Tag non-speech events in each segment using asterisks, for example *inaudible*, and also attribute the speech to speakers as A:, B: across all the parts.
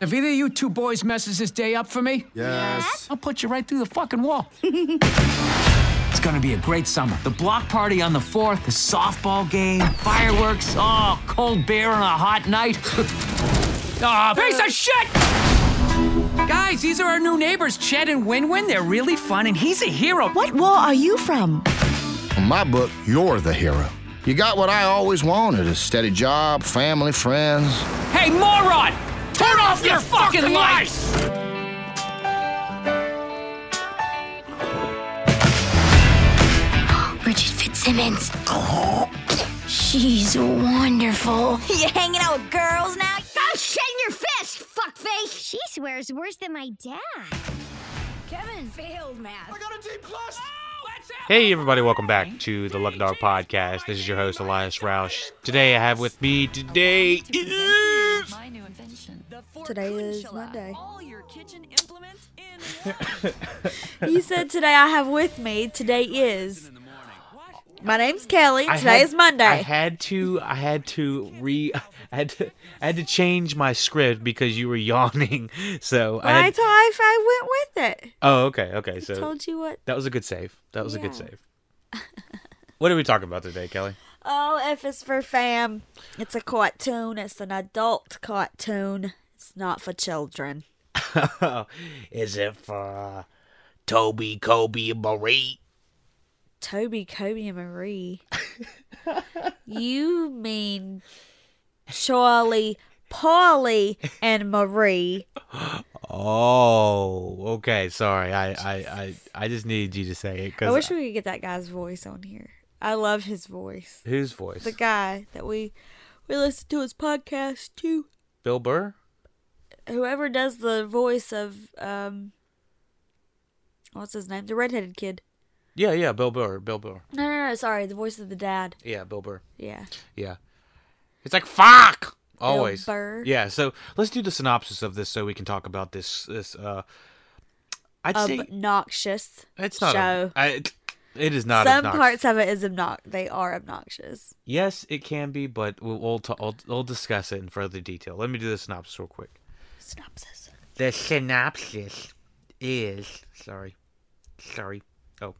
A: If either of you two boys messes this day up for me,
B: Yes.
A: I'll put you right through the fucking *laughs* wall. it's gonna be a great summer. The block party on the 4th, the softball game, fireworks, oh, cold beer on a hot night. *laughs* Ah, piece of shit! Guys, these are our new neighbors, Chet and Win Win. They're really fun, and he's a hero.
C: What wall are you from?
B: In my book, you're the hero. You got what I always wanted a steady job, family, friends.
A: Hey, moron! Turn off your, fucking, lights!
D: Bridget Fitzsimmons. She's *laughs* wonderful.
E: You hanging out with girls now?
D: Go shake your fist, fuckface! She swears worse than my dad. Kevin failed math.
F: Hey, everybody, welcome back to the Luck Dog Podcast. This is your host, Elias Roush. Today, I have with me today is.
G: My new invention.
H: Today is Monday.
G: All your kitchen implements in one.
F: *laughs*
H: You said today I have with me. Today is. My name's Kelly.
F: I
H: Today
F: had-
H: is Monday.
F: I had to, I had to re, I had to, I had to change my script because you were yawning. *laughs* So I.
H: I,
F: Had,
H: t- I, I went with it.
F: oh, okay, okay. So
H: Told you what.
F: That was a good save. That was a good
H: Yeah.
F: save. what are we talking about today, Kelly?
H: Oh, F is for fam. It's a cartoon. It's an adult cartoon. It's not for children.
F: Is it for uh, Toby, Kobe, and Marie?
H: Toby, Kobe,
F: *laughs*
H: and Marie. you mean Charlie, Polly, and Marie.
F: Oh, okay. Sorry, I, I, I, I just needed you to say it
H: I
F: because
H: wish we could get that guy's voice on here. I love his voice.
F: whose voice?
H: the guy that we we listen to his podcast too.
F: Bill Burr.
H: Whoever does the voice of um, what's his name? The redheaded kid.
F: Yeah, yeah, Bill Burr, Bill Burr.
H: No, no, no. Sorry, the voice of the dad.
F: Yeah, Bill Burr.
H: Yeah.
F: Yeah, it's like fuck always.
H: Burr.
F: Yeah. So let's do the synopsis of this so we can talk about this. This uh, I'd say
H: Obnoxious.
F: it's not.
H: Um, show.
F: ob- I- it is not.
H: Some
F: obnoxious.
H: parts of it is obnox. They are obnoxious.
F: Yes, it can be, but we'll we'll, t- we'll, we'll discuss it in further detail. Let me do the synopsis real quick.
H: Synopsis.
F: The synopsis is sorry, sorry. Oh,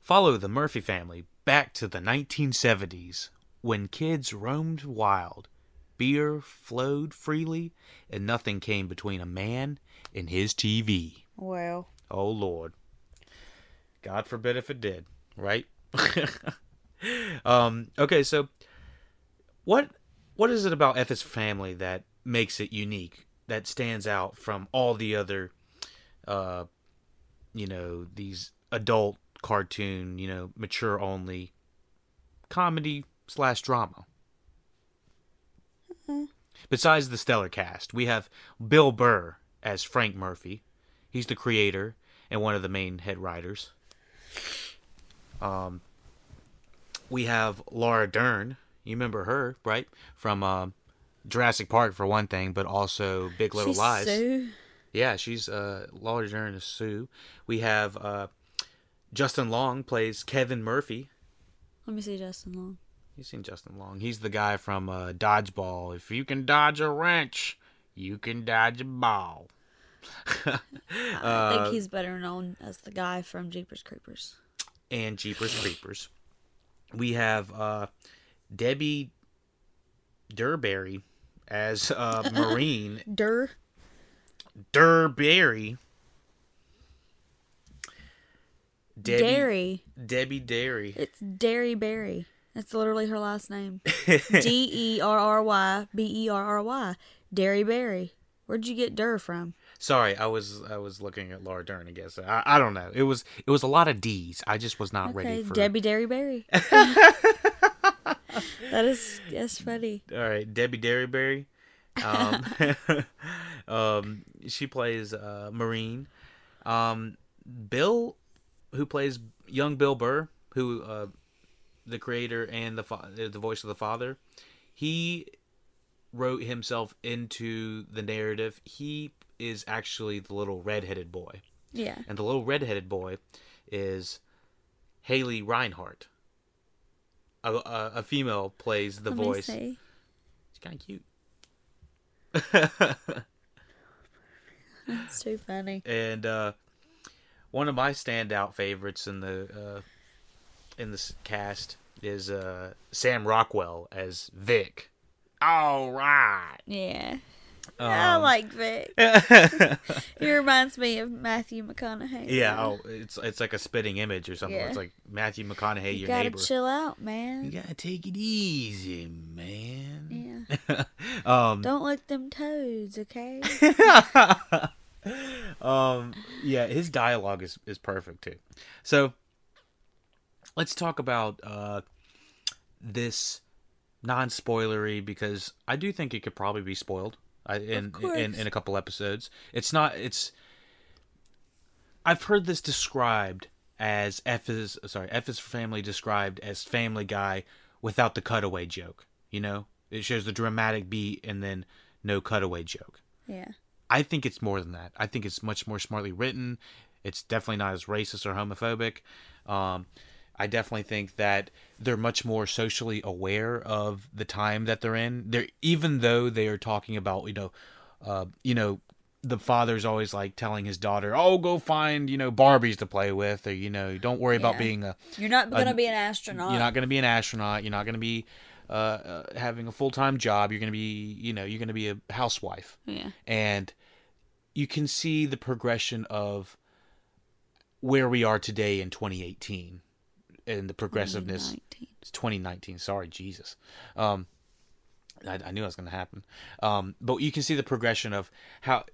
F: follow the Murphy family back to the 1970s when kids roamed wild, beer flowed freely, and nothing came between a man and his TV.
H: Well,
F: Oh Lord. God forbid if it did, right? *laughs* um okay, so what what is it about F's family that makes it unique, that stands out from all the other uh you know, these adult cartoon, you know, mature only comedy slash drama?
H: Mm-hmm.
F: Besides the stellar cast, we have Bill Burr as Frank Murphy. He's the creator and one of the main head writers. Um, we have Laura Dern. You remember her, right? From um Jurassic Park, for one thing, but also Big Little
H: she's
F: Lies.
H: so-
F: Yeah, she's uh, Laura Dern is Sue. We have uh, Justin Long plays Kevin Murphy.
H: Let me see Justin Long.
F: You've seen Justin Long. He's the guy from uh, Dodgeball. If you can dodge a wrench, you can dodge a ball. Uh,
H: I think he's better known as the guy from Jeepers Creepers.
F: and Jeepers Creepers. We have uh, Debbie Durberry as uh, Marine.
H: Durr.
F: Durberry. Debbie,
H: Dairy.
F: Debbie Derry.
H: It's Dairy Berry. That's literally her last
F: *laughs*
H: name. D E R R Y B E R R Y. Dairy Berry. Where'd you get Durr from?
F: Sorry, I was I was looking at Laura Dern. I guess I, I don't know. It was it was a lot of D's. I just was not ready
H: Okay,
F: for
H: Debbie Dairy
F: *laughs*
H: Berry. *laughs* that is that's funny.
F: All right, Debbie Derryberry. Um, *laughs* um, she plays uh, Marine. Um, Bill, who plays young Bill Burr, who uh, the creator and the fa- uh, the voice of the father, he wrote himself into the narrative. He is actually the little redheaded boy,
H: Yeah.
F: and the little redheaded boy is Haley Reinhardt. A, a, a female plays the
H: Let me
F: voice.
H: see.
F: It's kind of cute.
H: That's too funny.
F: and uh, one of my standout favorites in the uh, in this cast is uh, Sam Rockwell as Vic. All right,
H: Yeah. I
F: Um,
H: like
F: *laughs*
H: Vic. *laughs* he reminds me of Matthew McConaughey.
F: yeah, oh, it's it's like a spitting image or something.
H: Yeah.
F: It's like Matthew McConaughey,
H: You
F: your
H: gotta
F: neighbor.
H: chill out, man.
F: you gotta take it easy, man.
H: Yeah.
F: Um,
H: Don't lick them toads, okay?
F: *laughs* um, yeah, his dialogue is is perfect too. So let's talk about uh this non-spoilery because I do think it could probably be spoiled I, in, in in a couple episodes. It's not. It's I've heard this described as F is sorry F is for family described as Family Guy without the cutaway joke. You know, it shows the dramatic beat and then no cutaway joke.
H: yeah.
F: I think it's more than that. I think it's much more smartly written. It's definitely not as racist or homophobic. Um, I definitely think that they're much more socially aware of the time that they're in. They're even though they are talking about you know, uh, you know, the father's always like telling his daughter, "Oh, go find you know Barbies to play with," or you know, don't worry about being a
H: You're not gonna be an astronaut.
F: you're not going to be an astronaut. You're not going to be uh, uh, having a full time job. You're going to be, you know, you're going to be a housewife.
H: Yeah.
F: And you can see the progression of where we are today in 2018 and the progressiveness. It's 2019. Sorry, Jesus. Um, I, I knew that was going to happen. Um, but you can see the progression of how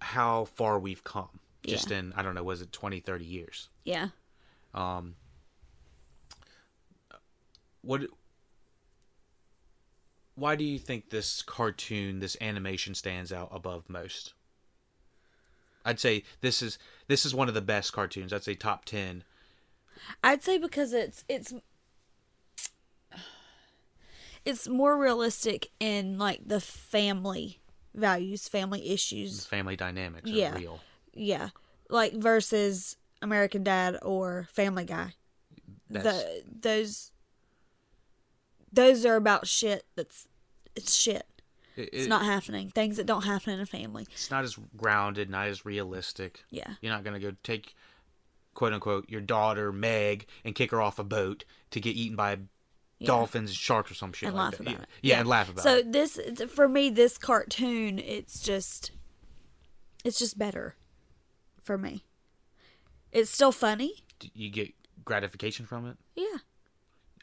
F: how far we've come just in I don't know was it 20 30 years.
H: Yeah.
F: what why do you think this cartoon this animation stands out above most i'd say this is this is one of the best cartoons i'd say top 10
H: I'd say because it's it's it's more realistic in like the family values, family issues.
F: family dynamics are
H: Yeah.
F: real
H: Yeah. Like versus American Dad or Family Guy.
F: That's-
H: The, those those are about shit that's it's shit.
F: it-
H: It's
F: it-
H: not happening. Things that don't happen in a family.
F: it's not as grounded not as realistic
H: Yeah.
F: you're not gonna go take quote unquote your daughter meg and kick her off a boat to get eaten by dolphins sharks or some shit
H: and
F: like
H: laugh
F: that
H: about
F: yeah,
H: it.
F: yeah, and laugh about
H: so
F: it
H: this, for me, this cartoon, it's just, it's just better, for me. It's still funny.
F: Do you get gratification from it
H: Yeah.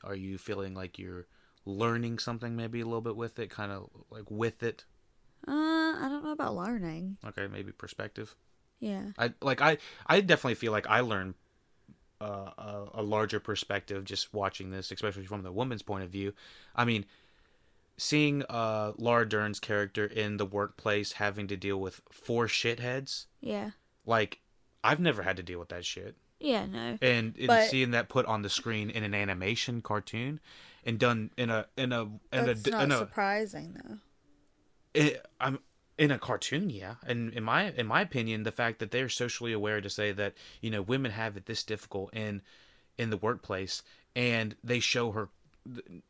F: are you feeling like you're learning something maybe a little bit with it kind of like with it
H: Uh, I don't know about learning.
F: okay maybe perspective
H: Yeah.
F: i like i i definitely feel like i learned uh, a, a larger perspective just watching this especially from the woman's point of view i mean seeing uh laura dern's character in the workplace having to deal with four shitheads
H: Yeah.
F: like i've never had to deal with that shit
H: Yeah. No.
F: and, and
H: But-
F: seeing that put on the screen in an animation cartoon and done in a in a in
H: That's
F: a
H: not
F: in a,
H: surprising though.
F: it, I'm in a cartoon, yeah. And in my in my opinion, the fact that they're socially aware to say that you know women have it this difficult in in the workplace, and they show her th-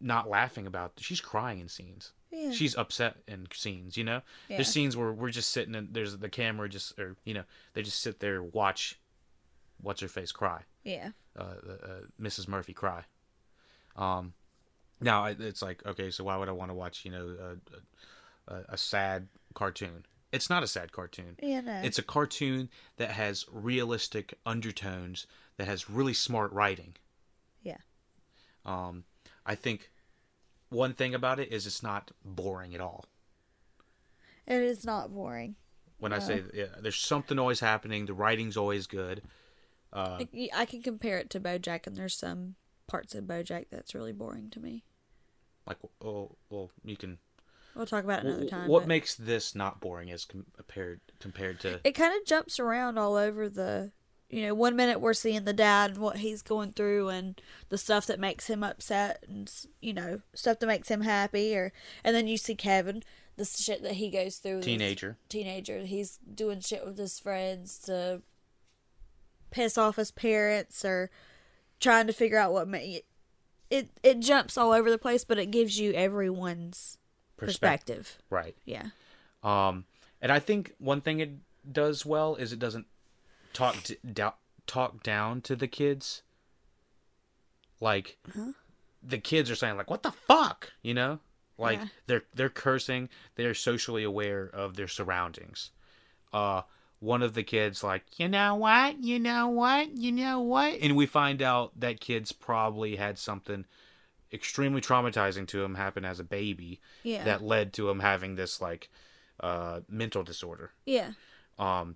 F: not laughing about she's crying in scenes.
H: Yeah.
F: She's upset in scenes, you know.
H: Yeah.
F: There's scenes where we're just sitting and there's the camera just or you know they just sit there watch, watch her face cry
H: Yeah.
F: uh, uh, Mrs. Murphy cry. Um, now I- it's like, okay, so why would I want to watch, you know, a, a, a sad cartoon? It's not a sad cartoon.
H: Yeah, no.
F: It's a cartoon that has realistic undertones, that has really smart writing.
H: Yeah.
F: Um, I think one thing about it is it's not boring at all.
H: It is not boring.
F: When I say yeah, there's something always happening, the writing's always good. Uh,
H: Like, y- I can compare it to BoJack, and there's some parts of BoJack that's really boring to me.
F: Like, oh, well, you can
H: We'll talk about it another
F: W-
H: time.
F: What
H: but-
F: makes this not boring as com- compared compared to?
H: it kind of jumps around all over the you know one minute we're seeing the dad and what he's going through and the stuff that makes him upset and s- you know stuff that makes him happy or and then you see kevin the shit that he goes through with his-
F: Teenager.
H: teenager he's doing shit with his friends to piss off his parents or trying to figure out what may it it jumps all over the place but it gives you everyone's
F: Perspec-
H: perspective
F: right.
H: yeah
F: Um, and I think one thing it does well is it doesn't talk d- do- talk down to the kids. Like the kids are saying like what the fuck, you know? Like they're they're cursing, they're socially aware of their surroundings. Uh one of the kids like, "You know what? You know what? You know what?" And we find out that kid's probably had something extremely traumatizing to him happen as a baby
H: Yeah.
F: that led to him having this like uh mental disorder
H: Yeah.
F: and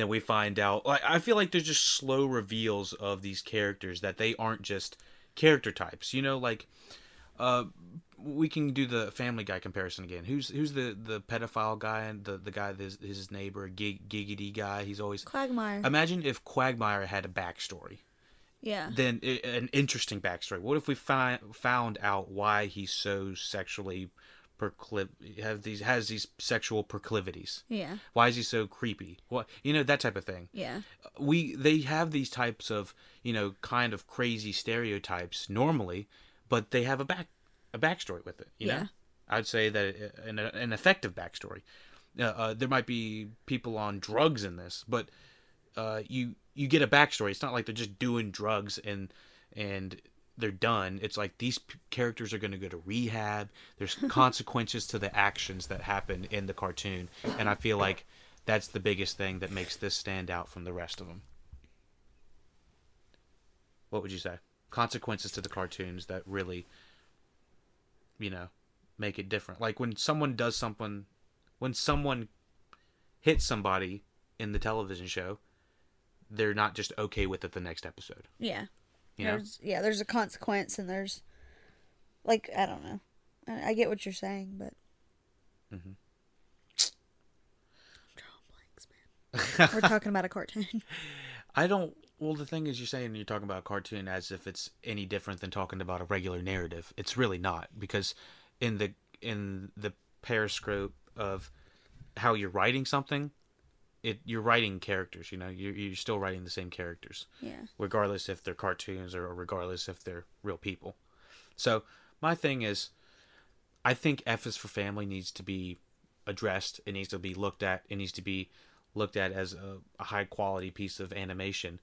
F: then we find out like i feel like there's just slow reveals of these characters that they aren't just character types you know like uh we can do the family guy comparison again who's who's the the pedophile guy and the the guy that's his neighbor gig, giggity guy he's always
H: Quagmire.
F: imagine if quagmire had a backstory
H: yeah.
F: then i- an interesting backstory. What if we find found out why he's so sexually procliv have these has these sexual proclivities?
H: Yeah.
F: Why is he so creepy? What you know that type of thing.
H: Yeah.
F: We they have these types of you know kind of crazy stereotypes normally, but they have a back a backstory with it. You
H: Yeah.
F: know, I'd say that i- an an effective backstory. Uh, uh, there might be people on drugs in this, but uh, you you get a backstory. It's not like they're just doing drugs and and they're done. It's like these p- characters are going to go to rehab. There's consequences to the actions that happen in the cartoon, and I feel like that's the biggest thing that makes this stand out from the rest of them. What would you say? Consequences to the cartoons that really, you know, make it different. Like when someone does something, when someone hits somebody in the television show, they're not just okay with it the next episode.
H: Yeah.
F: You know?
H: There's yeah, there's a consequence and there's like I don't know. I, I get what you're saying, but Drawing blanks, man. We're talking about a cartoon.
F: I don't. Well, the thing is, you're saying you're talking about a cartoon as if it's any different than talking about a regular narrative. It's really not because in the in the periscope of how you're writing something, it you're writing characters. You know, you're you're still writing the same characters,
H: Yeah.
F: regardless if they're cartoons or regardless if they're real people. So my thing is, I think F is for Family needs to be addressed. It needs to be looked at. It needs to be looked at as a, a high quality piece of animation,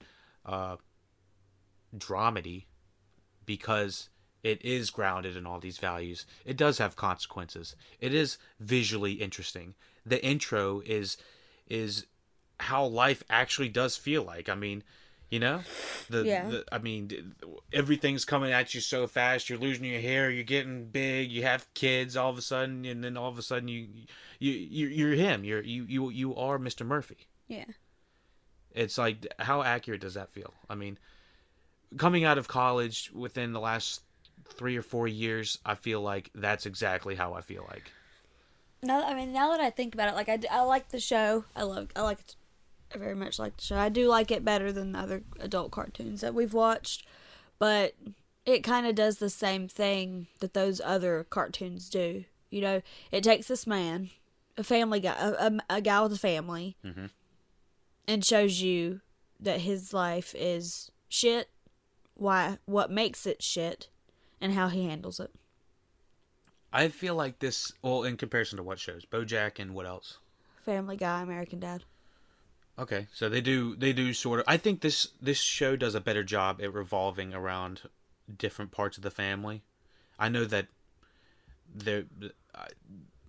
F: uh, dramedy, because it is grounded in all these values. It does have consequences. It is visually interesting. The intro is is how life actually does feel like. I mean, you know, the,
H: Yeah.
F: the I mean, d- everything's coming at you so fast. You're losing your hair. You're getting big. You have kids all of a sudden, and then all of a sudden you you, you you're him. You're you you you are Mr. Murphy.
H: Yeah.
F: It's like how accurate does that feel? I mean, coming out of college within the last three or four years, I feel like that's exactly how I feel like.
H: Now, I mean, now that I think about it, like I, d- I like the show. I love, I like it. I very much like the show. I do like it better than the other adult cartoons that we've watched, but it kind of does the same thing that those other cartoons do. You know, it takes this man, a family guy, a, a, a guy with a family, and shows you that his life is shit. Why? What makes it shit, and how he handles it.
F: I feel like this. Well, in comparison to what shows, BoJack and what else?
H: Family Guy, American Dad.
F: Okay, so they do they do sort of. I think this this show does a better job at revolving around different parts of the family. I know that there I-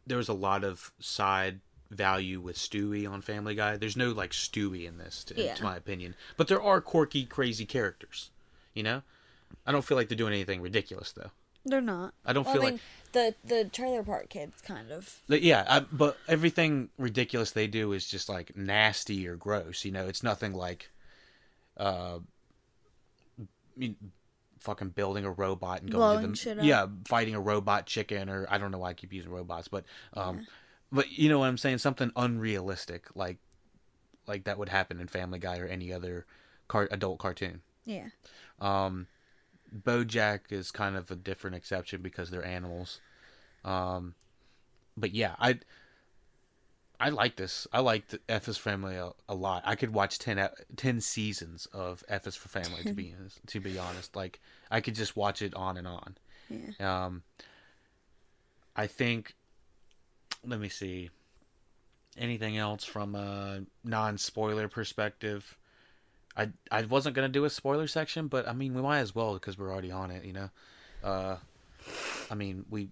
F: there was a lot of side value with Stewie on Family Guy. There's no like Stewie in this, to,
H: Yeah.
F: to my opinion. But there are quirky, crazy characters. You know, I don't feel like they're doing anything ridiculous though.
H: They're not.
F: I don't feel like
H: the the trailer park kids kind of.
F: Like, Yeah, I, but everything ridiculous they do is just like nasty or gross. You know, it's nothing like, uh, I mean, fucking building a robot and going
H: Blowing
F: to the
H: shit up.
F: yeah, fighting a robot chicken or I don't know why I keep using robots, but um, but you know what I'm saying? Something unrealistic like like that would happen in Family Guy or any other car- adult cartoon.
H: Yeah.
F: BoJack is kind of a different exception because they're animals. Um, but yeah, I I like this. I like the F is for Family a, a lot. I could watch 10, ep- 10 seasons of F is for Family to be honest- to be honest. Like I could just watch it on and on. Um, I think. Let me see. anything else from a non spoiler perspective. I I wasn't gonna do a spoiler section, but I mean we might as well because we're already on it, you know. Uh, I mean we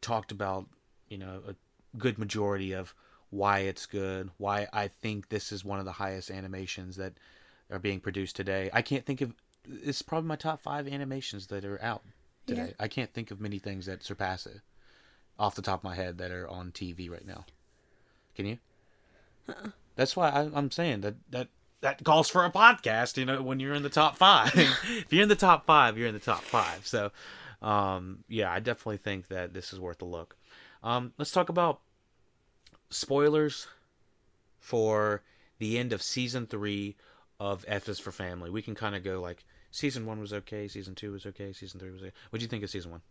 F: talked about you know a good majority of why it's good, why I think this is one of the highest animations that are being produced today. I can't think of it's probably my top five animations that are out today. I can't think of many things that surpass it off the top of my head that are on TV right now. Can you? That's why I, I'm saying that that that calls for a podcast. You know, when you're in the top five, *laughs* if you're in the top five, you're in the top five. So, um, yeah, I definitely think that this is worth a look. Um, let's talk about spoilers for the end of season three of F is for Family. We can kind of go like season one was okay, season two was okay, season three was okay. What do you think of season one?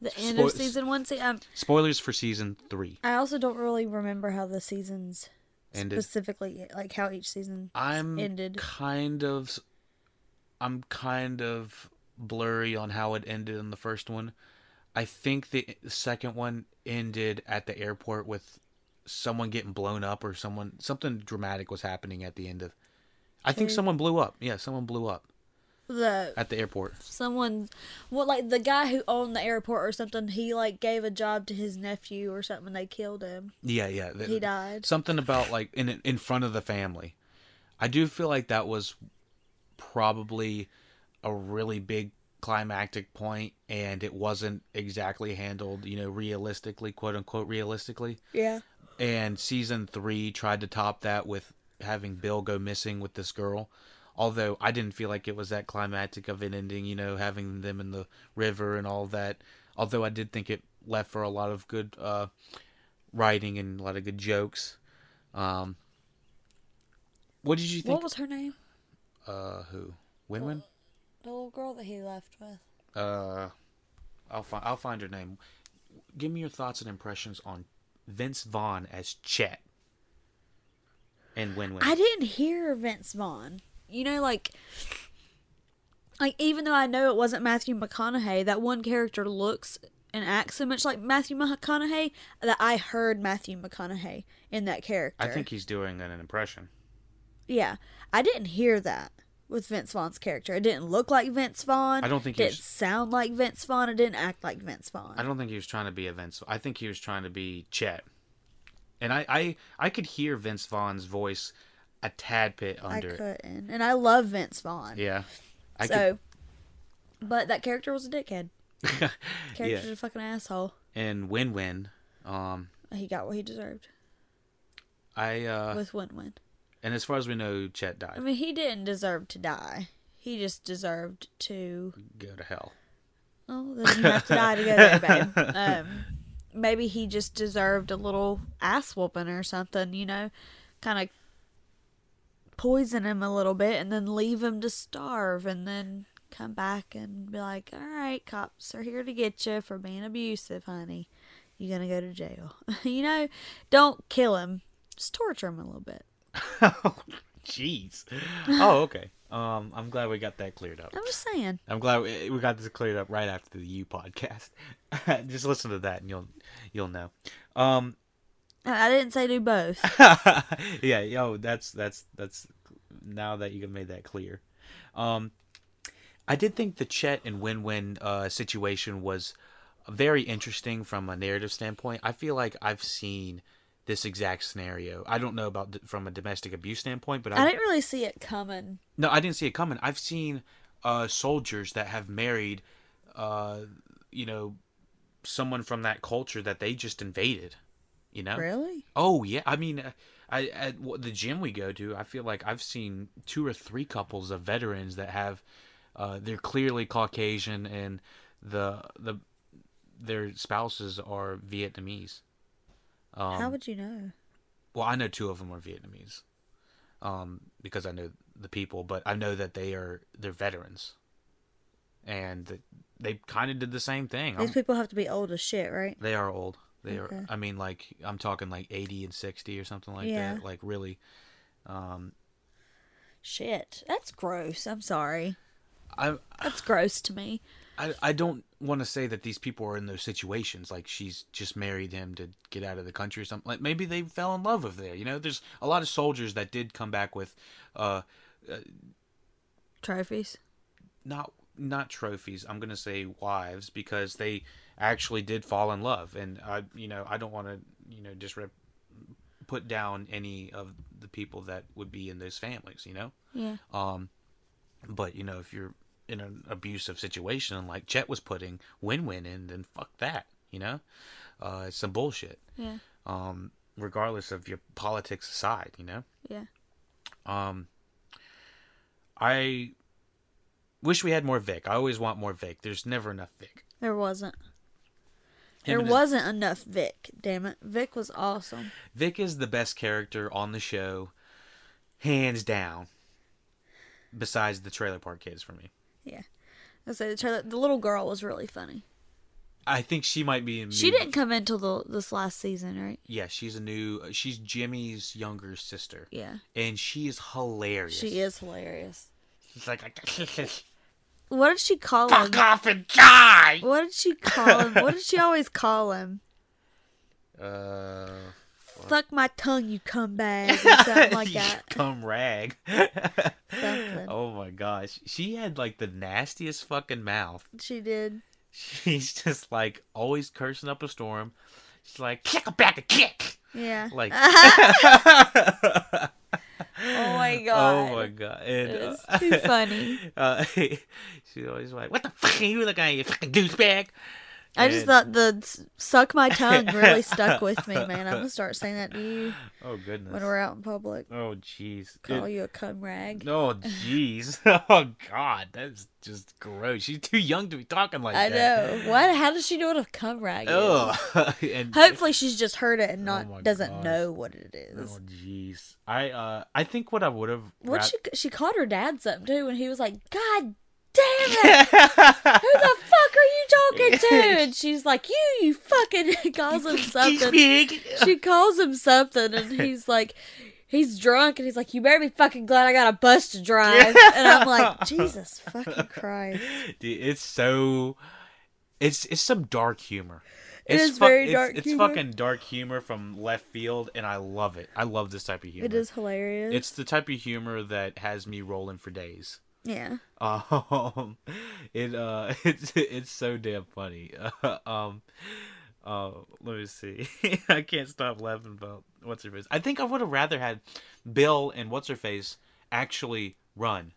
H: The end
F: Spoil-
H: of season one. See, um,
F: Spoilers for season three.
H: I also don't really remember how the seasons
F: Ended.
H: specifically, like how each season
F: I'm
H: ended.
F: kind of I'm kind of blurry on how it ended in the first one. I think the second one ended at the airport with someone getting blown up or someone something dramatic was happening at the end of I think someone blew up. Yeah, someone blew up
H: The
F: at the airport.
H: someone, well, like the guy who owned the airport or something, he like gave a job to his nephew or something. and They killed him.
F: Yeah, yeah. th-
H: He died.
F: Something about like in in front of the family. I do feel like that was probably a really big climactic point and it wasn't exactly handled, you know, realistically, quote unquote realistically.
H: Yeah.
F: And season 3 tried to top that with having Bill go missing with this girl. Although I didn't feel like it was that climactic of an ending, you know, having them in the river and all that. Although I did think it left for a lot of good uh writing and a lot of good jokes. Um, what did you think?
H: What was her name?
F: uh, who? Win Win?
H: The little girl that he left with.
F: Uh, I'll find I'll find her name. Give me your thoughts and impressions on Vince Vaughn as Chet and Win Win.
H: I didn't hear Vince Vaughn. You know, like, like even though I know it wasn't Matthew McConaughey, that one character looks and acts so much like Matthew McConaughey that I heard Matthew McConaughey in that character.
F: I think he's doing an impression.
H: yeah, I didn't hear that with Vince Vaughn's character. It didn't look like Vince Vaughn.
F: I don't think
H: it
F: he
H: didn't
F: was-
H: sound like Vince Vaughn. It didn't act like Vince Vaughn.
F: I don't think he was trying to be a Vince. I think he was trying to be Chet. And I I, I could hear Vince Vaughn's voice a tad bit
H: I
F: under. it.
H: couldn't, and I love Vince Vaughn.
F: Yeah. I
H: so, but that character was
F: *laughs*
H: a dickhead.
F: could,
H: Character's
F: yeah.
H: a fucking asshole.
F: And Win Win, um,
H: He got what he deserved.
F: I uh,
H: with one win.
F: and as far as we know, Chet
H: I
F: died.
H: mean, he didn't deserve to die. He just deserved to.
F: Go to hell.
H: Oh, then you have to die to go there, babe. Um, maybe he just deserved a little ass whooping or something. You know, kind of poison him a little bit and then leave him to starve and then come back and be like, "All right, cops are here to get you for being abusive, honey. You're gonna go to jail." *laughs* you know, don't kill him. Just torture him a little bit.
F: Jeez. Oh, okay. Um, I'm glad we got that cleared up.
H: I'm just saying.
F: I'm glad we, we got this cleared up right after the U podcast. *laughs* Just listen to that and you'll you'll know. Um,
H: I I didn't say do
F: *laughs*
H: both.
F: yeah, yo, that's that's that's now that you have made that clear. Um, I did think the Chet and Win Win uh, situation was very interesting from a narrative standpoint. I feel like I've seen this exact scenario. I don't know about d- from a domestic abuse standpoint, but
H: I didn't really see it coming.
F: No, I didn't see it coming. I've seen uh, soldiers that have married, uh, you know, someone from that culture that they just invaded. You know?
H: Really?
F: Oh yeah. I mean, uh, I at w- the gym we go to, I feel like I've seen two or three couples of veterans that have, uh, they're clearly Caucasian and the the their spouses are Vietnamese.
H: How
F: Um,
H: would you know?
F: Well, I know two of them are Vietnamese, um, because I know the people, but I know that they are they're veterans, and th- they kind of did the same thing.
H: These
F: I'm-
H: people have to be old as shit, right?
F: they are old. They
H: Okay.
F: are. I mean, like I'm talking like 80 and 60 or something like
H: Yeah.
F: that. Like really,
H: Shit. That's gross. I'm sorry.
F: I
H: That's gross to me.
F: I I don't want to say that these people are in those situations. Like she's just married him to get out of the country or something. Like maybe they fell in love with there. You know, there's a lot of soldiers that did come back with, uh,
H: Trophies.
F: not not trophies. I'm gonna say wives because they actually did fall in love. And I, you know, I don't want to, you know, just rep- put down any of the people that would be in those families. You know. Um,
H: Yeah.
F: But you know, if you're in an abusive situation like Chet was putting win-win in, then fuck that. You know, uh, it's some bullshit.
H: Yeah.
F: Um, regardless of your politics aside, you know,
H: Yeah.
F: I wish we had more Vic. I always want more Vic. There's never enough Vic.
H: There wasn't.
F: Him
H: There
F: and his-
H: wasn't enough Vic. Damn it. Vic was awesome.
F: Vic is the best character on the show, hands down. Besides the Trailer Park Kids for me,
H: Yeah. I say the trailer, the little girl was really funny.
F: I think she might be. In
H: She didn't come in till the this last season, right?
F: Yeah, she's a new. She's Jimmy's younger sister.
H: Yeah.
F: and she is hilarious.
H: She is hilarious.
F: She's like,
H: What did she call him?
F: off and die.
H: What did she call him? What
F: *laughs*
H: did she always call him?
F: Uh,
H: Suck my tongue, you cumbag,
F: *laughs*
H: or something like that.
F: Come rag. *laughs*
H: Something.
F: oh my gosh, she had like the nastiest fucking mouth. *laughs*
H: She did.
F: She's just like always cursing up a storm. She's like, kick a back a kick.
H: Yeah. *laughs*
F: Like,
H: oh my
F: oh my god. And,
H: It was
F: uh, *laughs*
H: too funny.
F: uh, *laughs* she's always like, what the fuck are you looking at, you fucking douchebag?
H: I just
F: And-
H: thought the s- suck my tongue really stuck
F: *laughs*
H: with me, man. I'm gonna start saying that to you
F: Oh goodness.
H: when we're out in public.
F: Oh jeez.
H: Call
F: It-
H: you a cum rag. *laughs*
F: Oh jeez. *laughs* oh god, that's just gross. She's too young to be talking like
H: I
F: that.
H: know. What? How does she know what a cum rag
F: *laughs*
H: is?
F: Oh, and
H: Hopefully, she's just heard it and not
F: Oh my
H: doesn't
F: gosh.
H: know what it is.
F: oh jeez. I uh, I think what I would have.
H: What
F: *laughs* wrapped-
H: she she called her dad something too, and he was like, "God
F: *laughs*
H: damn it! Who the fuck are you talking to?" And she's like, "You, you fucking *laughs* calls him something."
F: Douchebag.
H: She calls him something, and he's like, he's drunk, and he's like, "You better be fucking glad I got a bus to
F: *laughs*
H: drive." And I'm like, Jesus fucking Christ!
F: Dude, it's so it's it's some dark humor.
H: It
F: it's
H: is very
F: it's-
H: dark
F: It's,
H: humor.
F: fucking dark humor from left field, and I love it. I love this type of humor.
H: It is hilarious.
F: It's the type of humor that has me rolling for days. *laughs*
H: yeah,
F: Um, it uh, *laughs* it's it's so damn funny. *laughs* um, uh, let me see. *laughs* I can't stop laughing about what's her face. I think I would have rather had Bill and what's her face actually run.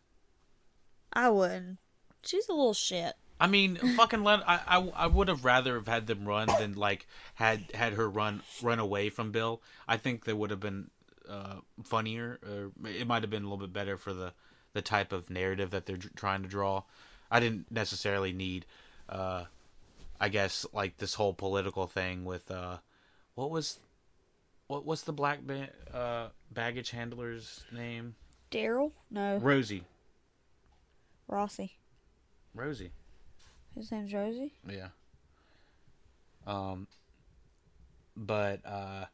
H: I wouldn't. She's a little shit.
F: I mean, fucking let I I, I would have rather have had them run than like had had her run run away from Bill. I think that would have been uh funnier or it might have been a little bit better for the the type of narrative that they're dr- trying to draw. I didn't necessarily need uh I guess like this whole political thing with uh what was what what's the black ba- uh baggage handler's name?
H: Daryl? No,
F: Rosie.
H: Rossi.
F: Rosie.
H: His name's Rosie.
F: Yeah. Um but uh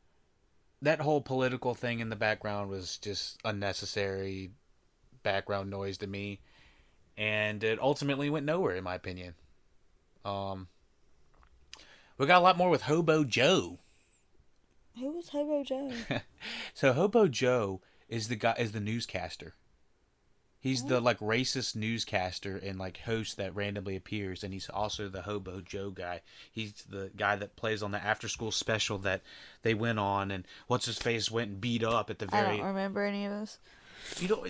F: that whole political thing in the background was just unnecessary background noise to me and it ultimately went nowhere in my opinion. Um we got a lot more with Hobo Joe.
H: Who was
F: *laughs*
H: Hobo Joe?
F: So Hobo Joe is the guy is the newscaster. He's the like racist newscaster and like host that randomly appears, and he's also the Hobo Joe guy. He's the guy that plays on the after school special that they went on, and what's his face went and beat up at the
H: I
F: very.
H: don't remember any of this.
F: You know,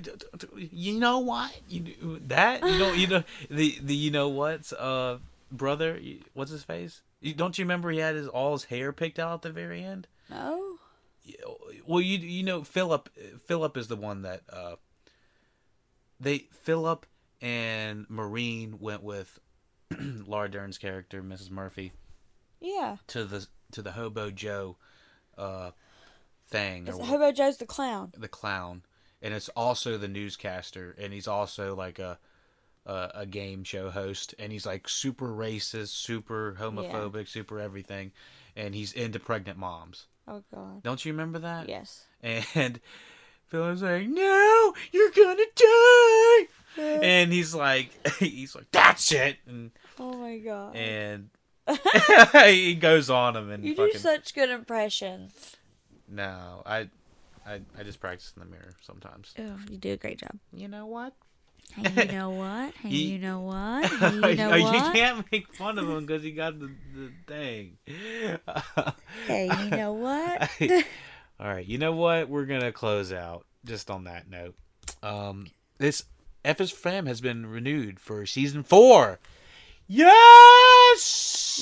F: you know what you do that you know you know the the you know what's uh brother you- what's his face you, don't you remember he had his all his hair picked out at the very end
H: No.
F: well you you know Philip Philip is the one that uh they Philip and Marine went with *clears throat* Laura Dern's character Mrs. Murphy
H: Yeah.
F: to the to the Hobo Joe uh thing or
H: Is
F: what-
H: Hobo Joe's the clown?
F: the clown and it's also the newscaster and he's also like a a, a game show host and he's like super racist, super homophobic, super everything and he's into pregnant moms.
H: Oh God.
F: Don't you remember that?
H: Yes.
F: And Philip's like, "No,
H: Uh.
F: *laughs* you're gonna die." And he's like, he's like, "That's it." And
H: Oh my god. *laughs*
F: and *laughs* he goes on him and
H: you do
F: fucking.
H: such good impressions.
F: no, I, I, I just practice in the mirror sometimes.
H: Oh, you do a
F: *laughs*
H: great job.
F: You know what?
H: Hey, you know what? Hey,
F: You-
H: you,
F: *laughs*
H: know what? Hey, you know
F: you
H: what?
F: can't make fun of him because he got the, the thing.
H: Hey, you
F: *laughs*
H: know what?
F: All right, you know what? We're gonna close out just on that note. Um, this F is for Fam has been renewed for season four. Yes!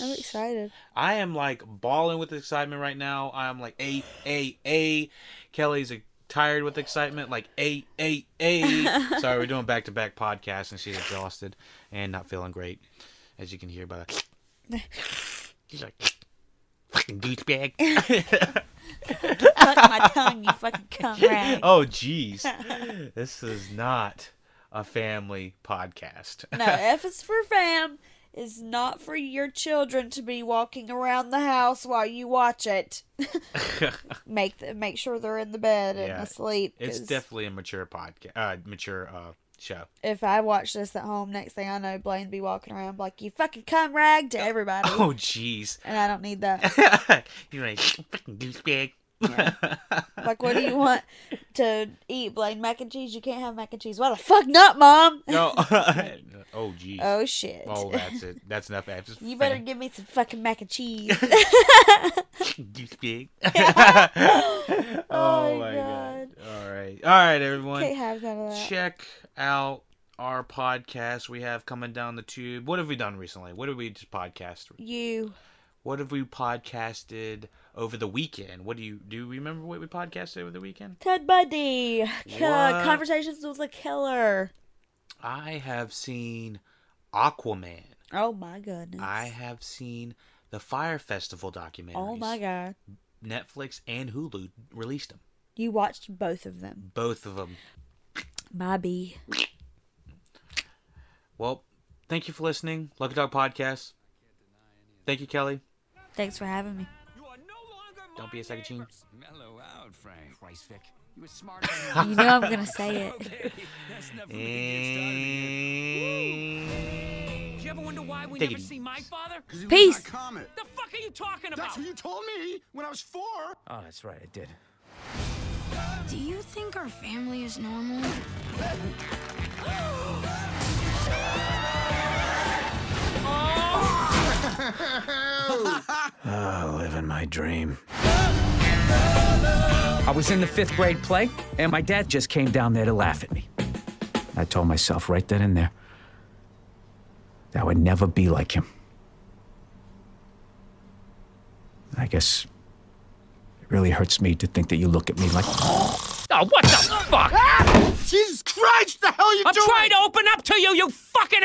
H: Yay. I'm *laughs* excited.
F: I am like bawling with excitement right now. I am like a a a. Kelly's like, tired with excitement. Like a a a. Sorry, we're doing back to back podcasts and she's exhausted and not feeling great, as you can hear by the. She's like fucking douchebag.
H: Fuck my tongue, you fucking cum rag.
F: oh
H: *laughs*
F: jeez, this is not a family podcast.
H: No, F is for fam. Is not for your children to be walking around the house while you
F: *laughs*
H: watch it. make th- make sure they're in the bed and
F: Yeah,
H: asleep.
F: It's
H: 'cause
F: definitely a mature podcast, uh, mature uh show.
H: if I watch this at home, next thing I know, Blaine be walking around like you fucking cum rag to everybody,
F: Oh jeez. *laughs*
H: and I don't need that.
F: You're
H: *laughs*
F: like fucking douchebag.
H: Like, what do you want to eat, Blaine? Mac and cheese? You can't have mac and cheese. Why the fuck not, Mom?
F: No. *laughs* oh, geez. Oh,
H: Oh shit.
F: that's it. That's enough. That's just
H: *laughs* you better give me some fucking mac
F: *laughs*
H: and cheese. *laughs*
F: douchebag. oh,
H: Oh,
F: my god.
H: God.
F: *laughs* All right. All right, everyone.
H: Can't have none of that.
F: Check out our podcast we have coming down the tube. What have we done recently? What have we just podcast?
H: You.
F: What have we podcasted over the weekend? What do you do? You remember what we podcasted over the weekend?
H: Ted Buddy. C-
F: What?
H: Conversations with a Killer.
F: I have seen Aquaman.
H: Oh my goodness.
F: I have seen the Fire Festival documentary.
H: oh my god.
F: Netflix and Hulu released them.
H: You watched both of them.
F: Both of them.
H: My B.
F: Well, thank you for listening. Lucky Dog Podcast. Thank you, Kelly.
H: Thanks for having me.
F: Don't be a second gene.
C: Mellow out, Frank. Christ, Vic. You were smarter than
H: You know I'm gonna say
D: *laughs*
H: it.
C: okay. That's enough for me to get started
F: Eh,
C: again.
F: And...
C: Do you ever wonder why we
F: Take
C: never
F: it
C: see my father?
H: Peace.
C: The fuck are you talking about?
I: you told me when I was four.
C: Oh, that's right, I did.
D: Do you think our family is normal?
C: Oh, living my dream.
A: I was in the fifth grade play, and my dad just came down there to laugh at me. I told myself right then and there that I would never be like him. I guess it really hurts me to think that you look at me like. Oh, what the fuck!
I: Ah! Jesus Christ, the hell you
A: I'm
I: doing?
A: trying to open up to you, you fucking